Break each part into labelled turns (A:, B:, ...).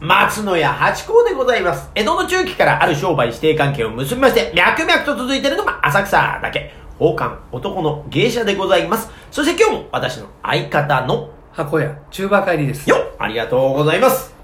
A: 松野屋八甲でございます。江戸の中期からある商売指定関係を結びまして、脈々と続いているのが浅草だけ。宝冠男の芸者でございます。そして今日も私の相方の
B: 箱屋、中馬帰りです。
A: よっありがとうございます。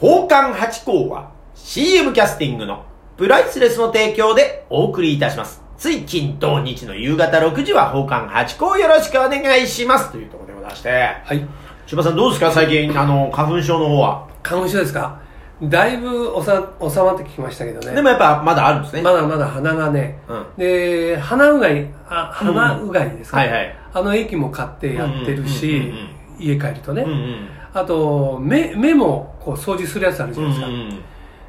A: 宝冠八甲は CM キャスティングのプライスレスの提供でお送りいたします。つい近土日の夕方6時は宝冠八甲よろしくお願いします。というところでございまして。
B: はい。
A: 千葉さんどうですか最近、あの、花粉症の方は。
B: 花粉症ですかだいぶおさ収まってきましたけどね。
A: でもやっぱまだあるんですね。
B: まだまだ鼻がね。
A: うん
B: で、鼻うがい、あ鼻うがいですか、
A: はいはい
B: あの液も買ってやってる
A: うんうん
B: し
A: うんうん、
B: 家帰るとね。
A: うんうん。
B: あと、目、目もこう掃除するやつあるじゃ
A: うん
B: な
A: う
B: い
A: ん
B: です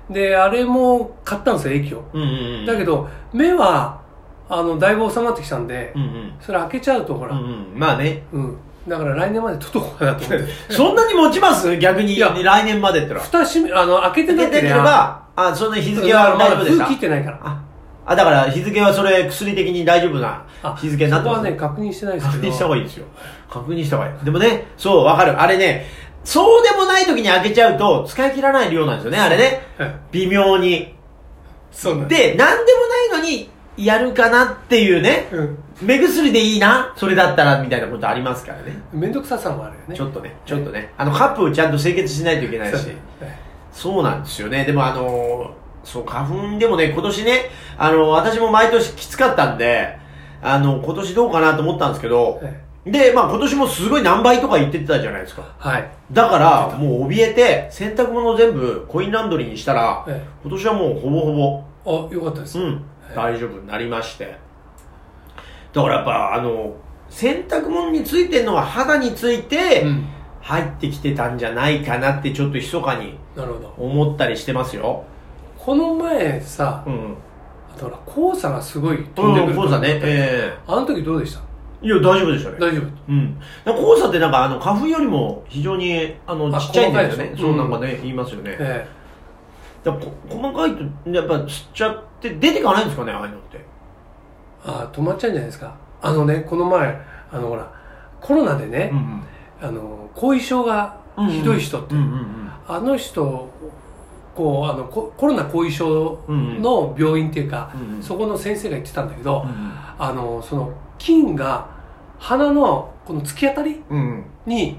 B: か。で、あれも買ったんですよ、液を。
A: うん。うんうん。
B: だけど、目は、あの、だいぶ収まってきたんで、
A: うんうん。
B: それ開けちゃうとほ
A: う
B: ら、
A: んうん。まあね。
B: うん。だから来年まで取っとこうかなと思って。
A: そんなに持ちます逆に
B: いや
A: 来年までってのは。
B: 蓋閉め、あの、開けて
A: 出
B: な
A: てけ
B: けれ
A: れ
B: ば、
A: ば、あ、そんな日付は大丈夫でし
B: まだ
A: た
B: 封切ってないから。
A: あ、あ、だから日付はそれ薬的に大丈夫な
B: あ
A: 日付になって
B: そこ
A: ま
B: は
A: す
B: ね、確認してないですけ
A: 確
B: ど。
A: 認した方がいいですよ。確認した方がいい。でもね、そう、わかる。あれね、そうでもない時に開けちゃうと使い切らない量なんですよね、あれね。
B: はい
A: 微妙に。
B: そうなん
A: で、なんでもないのに、やるかなっていうね。
B: うん。
A: 目薬でいいな、それだったら、みたいなことありますからね。
B: めんどくささもあるよね。
A: ちょっとね、ちょっとね。あの、カップをちゃんと清潔しないといけない
B: そう
A: し。そうなんですよね。でもあのーそう、花粉でもね、今年ね、あのー私も毎年きつかったんで、あの、今年どうかなと思ったんですけど、
B: え
A: で、まあ今年もすごい何倍とか言ってたじゃないですか。
B: はい。
A: だから、もう怯えて、洗濯物を全部コインランドリーにしたら、
B: え
A: 今年はもうほぼほぼ、
B: あ、よかったです。
A: うん、大丈夫になりまして。だからやっぱ、あの、洗濯物についてんのが肌について
B: うん
A: 入ってきてたんじゃないかなってちょっと密かに
B: なるほど。
A: 思ったりしてますよ。
B: この前さ、
A: うん。
B: あとほら、黄砂がすごい飛んでく
A: う
B: る。
A: ん、黄砂ね。。え
B: あの時どうでした
A: えいや、大丈夫でしたね。
B: 大丈夫
A: うん。黄砂ってなんか、あの、花粉よりも非常に、あの、
B: あ
A: ちっちゃいんですよ
B: 細かい
A: ね。
B: でしょ
A: そううんなんかね、言いますよね。
B: え
A: だからこ細かいと、やっぱ吸っちゃって、出てかないんですかね、ああいうのって。
B: えあ、止まっちゃうんじゃないですか。あのね、この前、あのほら、コロナでね、
A: ん
B: あの、後遺症がひどい人って
A: うんうん
B: あの人こうあのココロナ後遺症の病院っていうか、
A: うんうん
B: そこの先生が言ってたんだけど、
A: うん。
B: あのその菌が鼻のこの突き当たり
A: うん
B: に、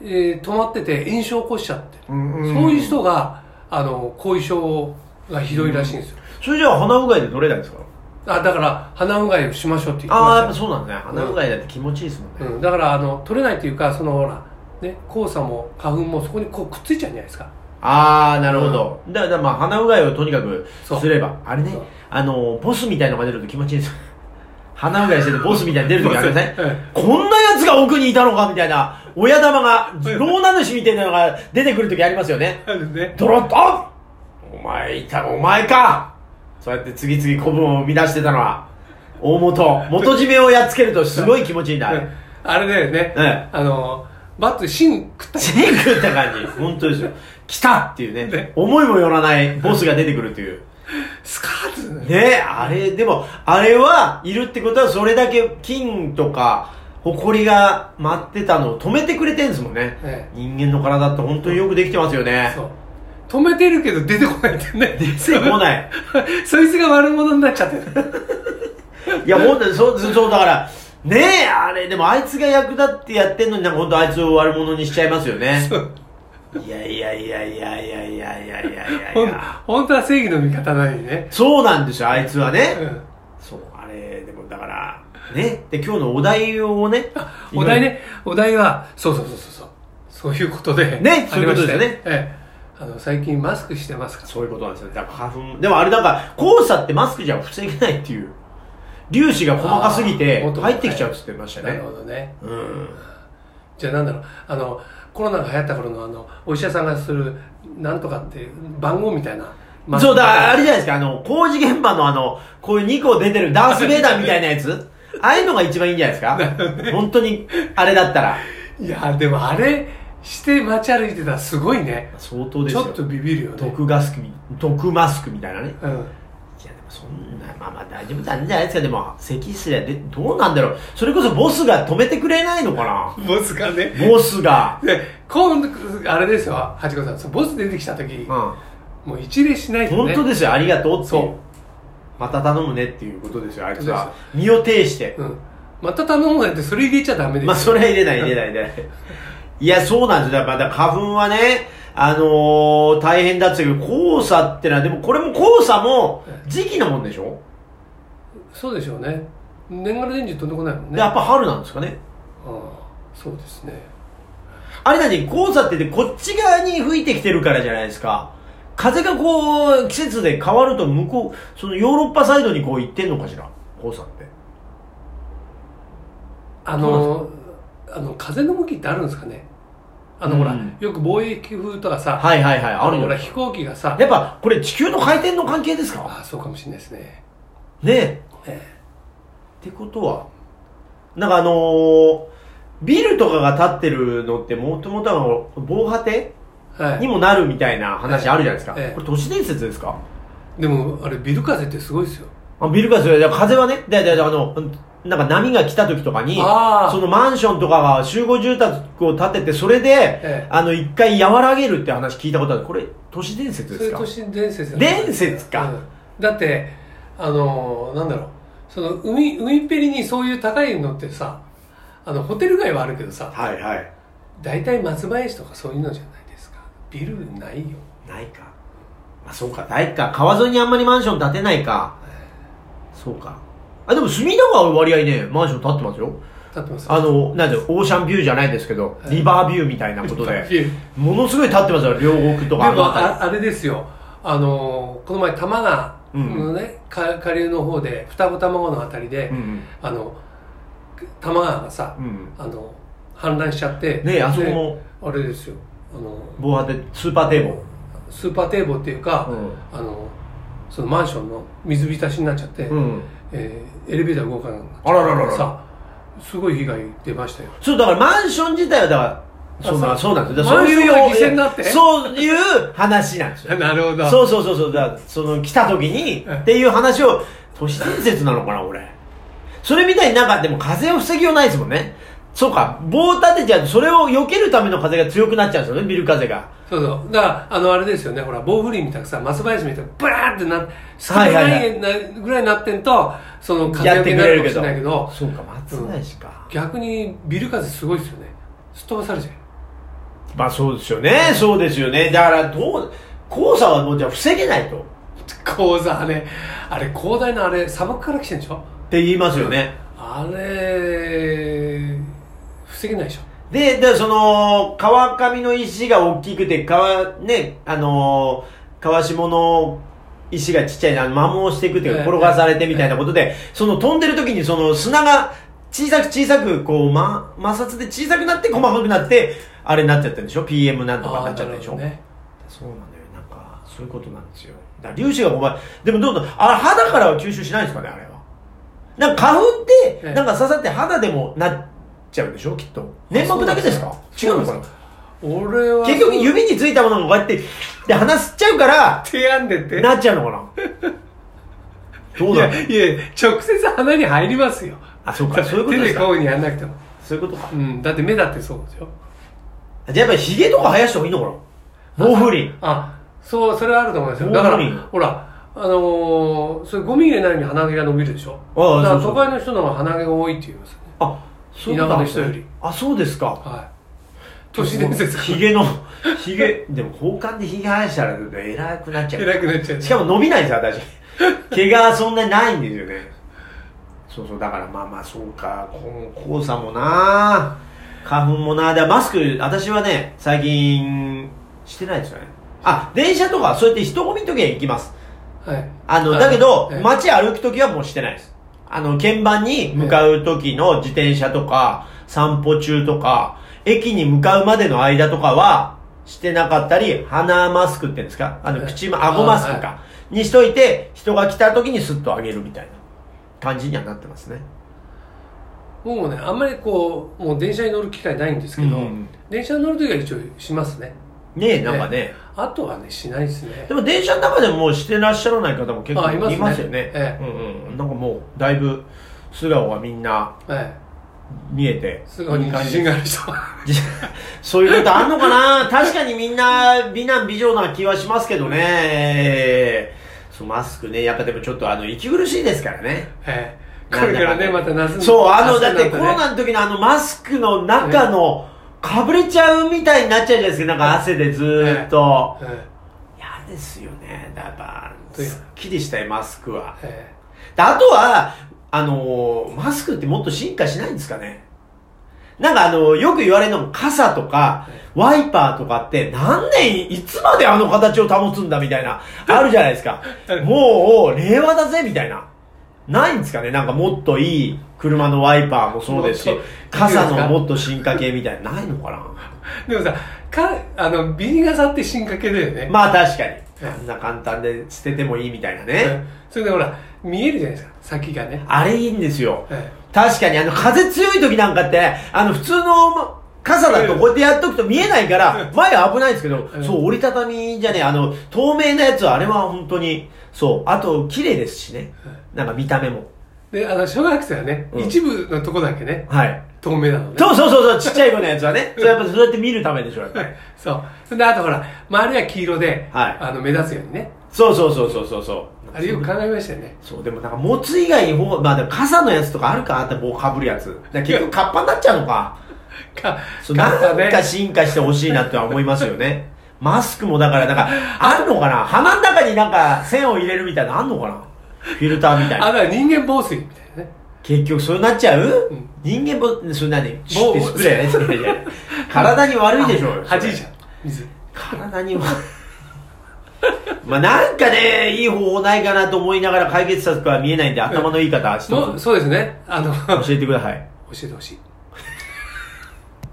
B: えー止まってて炎症を起こしちゃって、
A: うんうん。
B: そういう人があの後遺症がひどいらしいんですよ、
A: それじゃあ鼻うがいで取れないんですか
B: あだから鼻うがいをしましょうって言って
A: ああ、やっ
B: ま
A: ぱ
B: し
A: そうなんですね。鼻うがいだって気持ちいいですもん
B: た
A: ね。
B: よ、うん、だからあの取れないっていうかそのほらね黄砂も花粉もそこにこうくっついちゃうんじゃないですか
A: ああ、なるほど。だからまあ鼻うがいをとにかく
B: そう
A: すれば。あれね
B: そう、
A: あの、ボスみたいのが出ると気持ちいいです。鼻うがいしててボスみたいに出るときありません
B: うん
A: こんな奴が奥にいたのかみたいな、親玉が、老男主みたいなのが出てくるときありますよね。
B: あるね
A: ドロッとあお前いたの、お前かそうやって次々古文を生み出してたのは、大元、元締めをやっつけるとすごい気持ちいいんだ。あれ
B: あれだよね、
A: え
B: あのバットで芯食ったり
A: シェイクって感じ。本当ですよ。来たっていうね
B: ね。
A: 思いもよらないボスが出てくるっていう。
B: スカーツ
A: ねあれ、でも、あれはいるってことは、それだけ金とか、埃が舞ってたのを止めてくれてんですもんね。
B: え
A: 人間の体って本当によくできてますよね。
B: そう止めてるけど出てこないってね
A: 出てこない
B: そいつが悪者になっちゃってる
A: いや、本当に、そう、そう、だから、ねえ、あれ、でもあいつが役立ってやってんのになんか本当あいつを悪者にしちゃいますよね。いやいやいやいやいやいやいやいやいやい
B: ほん
A: や。
B: 本当は正義の味方なのにね、
A: そうなんですよ、あいつはね。
B: うん、
A: そう、あれ、でもだから、ね。で、今日のお題をね。
B: お題。ねお題はそうそうそうそうそうそういうことで
A: ね
B: ありました
A: そういうことですよね
B: ええあの最近マスクしてますか
A: そういうことなんですよ。だから花粉。でもあれなんか、黄砂ってマスクじゃ防げないっていう。粒子が細かすぎて
B: あーもっ、と
A: 入ってきちゃうって言ってました
B: なる
A: ね。
B: ほどね
A: うん。
B: じゃあなんだろうあのコロナが流行った頃のあのお医者さんがするなんとかって番号みたいなマスク
A: そうだ、あれじゃないですか、あの、工事現場のあの、こういう2個出てるダース・ベイダーみたいなやつ ああいうのが一番いいんじゃないですか本当に、あれだったら。
B: いやでもあれして街歩いてたらすごいね
A: 相当で
B: ち
A: すよ。
B: ょっとビビるよね
A: 毒ガスクみ、毒マスクみたいなね。
B: うん
A: いや、でもそんな、まあまあ大丈夫なんじゃないですか。でも、咳すりゃで、どうなんだろう。それこそボスが止めてくれないのか
B: ボスがね
A: なボスが。
B: で今度あれですよハチ子さんそうボス出てきた時、
A: うん。
B: もう一礼しないと
A: 本
B: ね
A: 当ですよ。ありがとうってい
B: そう
A: う。また頼むねっていうことですよ、あいつは
B: 本。
A: 身を挺して。
B: うん、また頼むなんてそれ入れちゃダメですよ
A: まあ、それは入れない、入れない、入れない。 いや、そうなんですよ。だから、花粉はね、あのー、大変だって言うけど、黄砂ってのは、でもこれも黄砂も時期のもんでしょ、
B: そうでしょうね年がら年中飛んでこないもん
A: で
B: ね
A: やっぱ春なんですかね。
B: ああそうですね
A: あれだね、黄砂ってねこっち側に吹いてきてるからじゃないですか。風がこう、季節で変わると向こう、そのヨーロッパサイドにこう行ってんのかしら黄砂って。
B: あのあの風の向きってあるんですかねあの、
A: うん
B: ほらよく貿易風とかさ、
A: はいはいはい、あるよ
B: のほ。ら飛行機がさ
A: やっぱ、これ地球の回転の関係ですか
B: ああそうかもしれないですね
A: ねえ。
B: え
A: ってことは、なんかあのービルとかが建ってるのってもともとは防波堤
B: えは
A: に
B: い、
A: もなるみたいな話あるじゃないですか。
B: ええ
A: これ都市伝説ですか
B: でもあれビル風ってすごいですよ
A: あビル風邪、いや風はね、だだだあの、なんか波が来た時とかに、
B: あー
A: そのマンションとかが集合住宅を建てて、それで、
B: え
A: あの、一回和らげるって話聞いたことある。これ、都市伝説
B: そ
A: で
B: れ
A: すか
B: 都市伝説だ
A: 伝説か
B: うんだってあのーなんだろうその海海っぺりにそういう高いのってさあのホテル街はあるけどさ
A: はいはい。
B: 大体松林とかそういうのじゃないですかビルないよ
A: ないか。あ、そうか、ないか。川沿いにあんまりマンション建てないか。そうか。あ、でも隅田川は割合ね、マンション建ってますよ。
B: 立ってます
A: あの、なんで、オーシャンビューじゃないですけど、
B: はい
A: リバービューみたい なこと
B: ビ
A: で、
B: ルで
A: ものすごい建ってますよ、両国と
B: も
A: か。あの辺り
B: ああれですよあのーこの前多摩川
A: うん
B: のね、か下流の方で双子卵のあたりで、
A: うん
B: あの多摩川がさ、
A: うん。うん。
B: あの氾濫しちゃって
A: ねえあそこ
B: で
A: も
B: あれですよあの
A: 防波堤、スーパー堤防。
B: スーパー堤防っていうか、
A: う
B: あのそのマンションの水浸しになっちゃって、
A: うん。
B: えーエレベーター動かなくなっちゃって
A: あらららら
B: さすごい被害出ましたよ
A: そう、だからマンション自体は、だから、そうな
B: あ
A: そ
B: そうう
A: なんですよ。
B: マンションが
A: そういう
B: 犠牲になって
A: そういう話 なんですよ。
B: なるほど
A: そうそうそうそう。だからその、来た時に、
B: うん
A: っていう話を、都市伝説なのかな、俺。それみたいになんか、でも風を防ぎようないですもんね。そうか、棒を立てちゃうと、それを避けるための風が強くなっちゃうんですよね、ビル風が。
B: そうそうだからあのあれですよねほら棒振りみたいなさ松林みたいなブラーってな少
A: はいはい
B: ないなぐらいなってんとその風
A: や
B: よ
A: って
B: け
A: く
B: にな
A: れ
B: る
A: るけ
B: かもしれ
A: ど。
B: ないけど
A: そうか、松林か。
B: 逆にビル風すごいですよねすっ飛ばされちゃう
A: まあそうですよね、そうですよね。だから、どう、黄砂はもうじゃあ防げないと。っ
B: 広大あれあれ広大なあれ砂漠から来てんでしょ
A: て言いますよね。
B: あれ防げないでしょ
A: で、で、その、川上の石が大きくて、川、ね、あのー川下の石がちっちゃいな、摩耗していくっていうか、
B: ええ
A: 転がされてみたいなことで、その飛んでる時にその砂が小さく小さく、こう、ま、摩擦で小さくなって細かくなって、あれになっちゃったんでしょ ?PM なんとかになっちゃったでしょ、
B: あーなるほどね
A: そうなんだよ。なんか、そういうことなんですよ。だから粒子がこうまでもどうぞ、あ、肌からは吸収しないんですかね、あれは。なんか花粉って、
B: ええ
A: なんか刺さって肌でもなっちゃうでしょ、きっと。粘膜だけですか違
B: そう
A: う
B: な
A: の
B: んで
A: か
B: す
A: な
B: よ俺は
A: 結局指についたものがこうやって、で、鼻吸っちゃうから、
B: 手やんでて
A: なっちゃうのかなどう
B: い
A: だ
B: や
A: ろう
B: いや直接鼻に入りますよ
A: あ、そうか、そういうこと
B: 手
A: です
B: で
A: か。
B: 顔にやんなくても
A: そういうことか。
B: うんだって目だってそうですよ
A: じゃあやっぱり髭とか生やした方がいいのかな防風林。
B: あそうそれはあると思いますよ
A: どう
B: だか
A: いう意味
B: らほらあのー、それゴミ入れないのに鼻毛が伸びるでしょ
A: ああ
B: だから
A: そうそう
B: 都会の人の方が鼻毛が多いって言いますよね
A: あ、そういうことなんですね
B: 田舎の人より。
A: あ、そうですか。
B: はい都市伝説
A: ひげの、ひげ、でも、交換でひげ生やしたら、偉くなっちゃう。
B: 偉くなっちゃう
A: しかも伸びないんですよ、私。毛がそんなにないんですよね。そうそう、だからまあまあ、そうか、こ黄砂もな花粉もなだからマスク、私はね、最近、してないですよね。あ、電車とか、そうやって人混みの時は行きます。
B: はい
A: あの、だけど
B: え、え
A: 街歩くときはもうしてないです。あの、鍵盤に向かうときの自転車とか、散歩中とか、駅に向かうまでの間とかは、してなかったり、鼻マスクって言うんですかあの、
B: ええ
A: 口ま、顎マスク
B: あ
A: か。にしといて、人が来たときにスッと上げるみたいな感じにはなってますね。
B: もうねあんまりこうもう電車に乗る機会ないんですけど、
A: うん
B: 電車に乗る時は一応しますね
A: ねえ、なんかね。
B: あとはねしないですね
A: でも電車の中でもうしてらっしゃらない方も結構
B: あいますね
A: いますよね。
B: ええ
A: うんうん。なんかもう、だいぶ、素顔がみんな
B: え
A: 見えて。
B: えすごい自信がある人
A: そういうことあんのかな確かにみんな美男美女な気はしますけどね。そう、マスクね、やっぱでもちょっとあの、息苦しいですからね。
B: ええこれからねまた夏に
A: そう、あの、だって
B: 夏
A: コ
B: に
A: ロ
B: なね
A: ナの時のあの、マスクの中の、かぶれちゃうみたいになっちゃうじゃないですか、なんか汗でずーっと。
B: え
A: 嫌ですよね、だから、
B: という
A: すっきりしたい、マスクは。
B: ええ
A: であとは、あのーマスクってもっと進化しないんですかねなんかあのーよく言われるのも傘とか、ワイパーとかって何年いつまであの形を保つんだみた いな、あるじゃないですか。もう、令和だぜみたいな。ないんですかねなんかもっといい車のワイパーもそうですし
B: もっと、
A: 傘のもっと進化系みたい な、ないのかな
B: えでもさかあのビニ傘って進化系だよね、
A: まあ確かに。あんな簡単で捨ててもいいみたいなね。
B: えそれでほら見えるじゃないですか先がね、
A: あれいいんですよ。
B: え
A: 確かに、あの、風強い時なんかって、あの、普通の傘だとこうやってやっとくと見えないから、前危ないんですけど
B: う、ん
A: そう、折りたたみじゃねえ、あの、透明なやつは、あれは本当に、そう、あと、綺麗ですしね。なんか見た目も。
B: えであの小学生はね、
A: うん
B: 一部のとこだけね
A: はい。
B: 透明なのね
A: そうそうそうそう、ちっちゃい子のやつはね。そうやっぱそうやって見るためでしょ、やっぱ
B: は
A: り
B: いそう。それで、あとほら、周りは黄色で、
A: はい
B: あの、目立つようにね。
A: そうそうそうそうそうそう。
B: あれよく考えましたよね。
A: そう、でもなんか持つ以外にほう、まあでも傘のやつとかあるかあって棒かぶるやつ。だから結局カッパになっちゃうのか。
B: か、
A: そうなん
B: ね。
A: か進化してほしいなとは思いますよ ね。マスクもだから、なんか、あるのかな鼻の中になんか線を入れるみたいなのあんのかなフィルターみたい
B: あ
A: な。
B: とは人間防水みたいなね。
A: 結局そうなっちゃう、
B: うん
A: 人間も、それ何シュ
B: も
A: ッ
B: う
A: てスプレーねいやい や体に悪いでしょうよ。
B: はじいちゃう。水。
A: 体に悪い。まあなんかね、いい方法ないかなと思いながら解決策は見えないんで、頭のいい方、ちょ
B: も
A: っ
B: う、そうですね。あの、教
A: と教えてください。
B: えてほしい。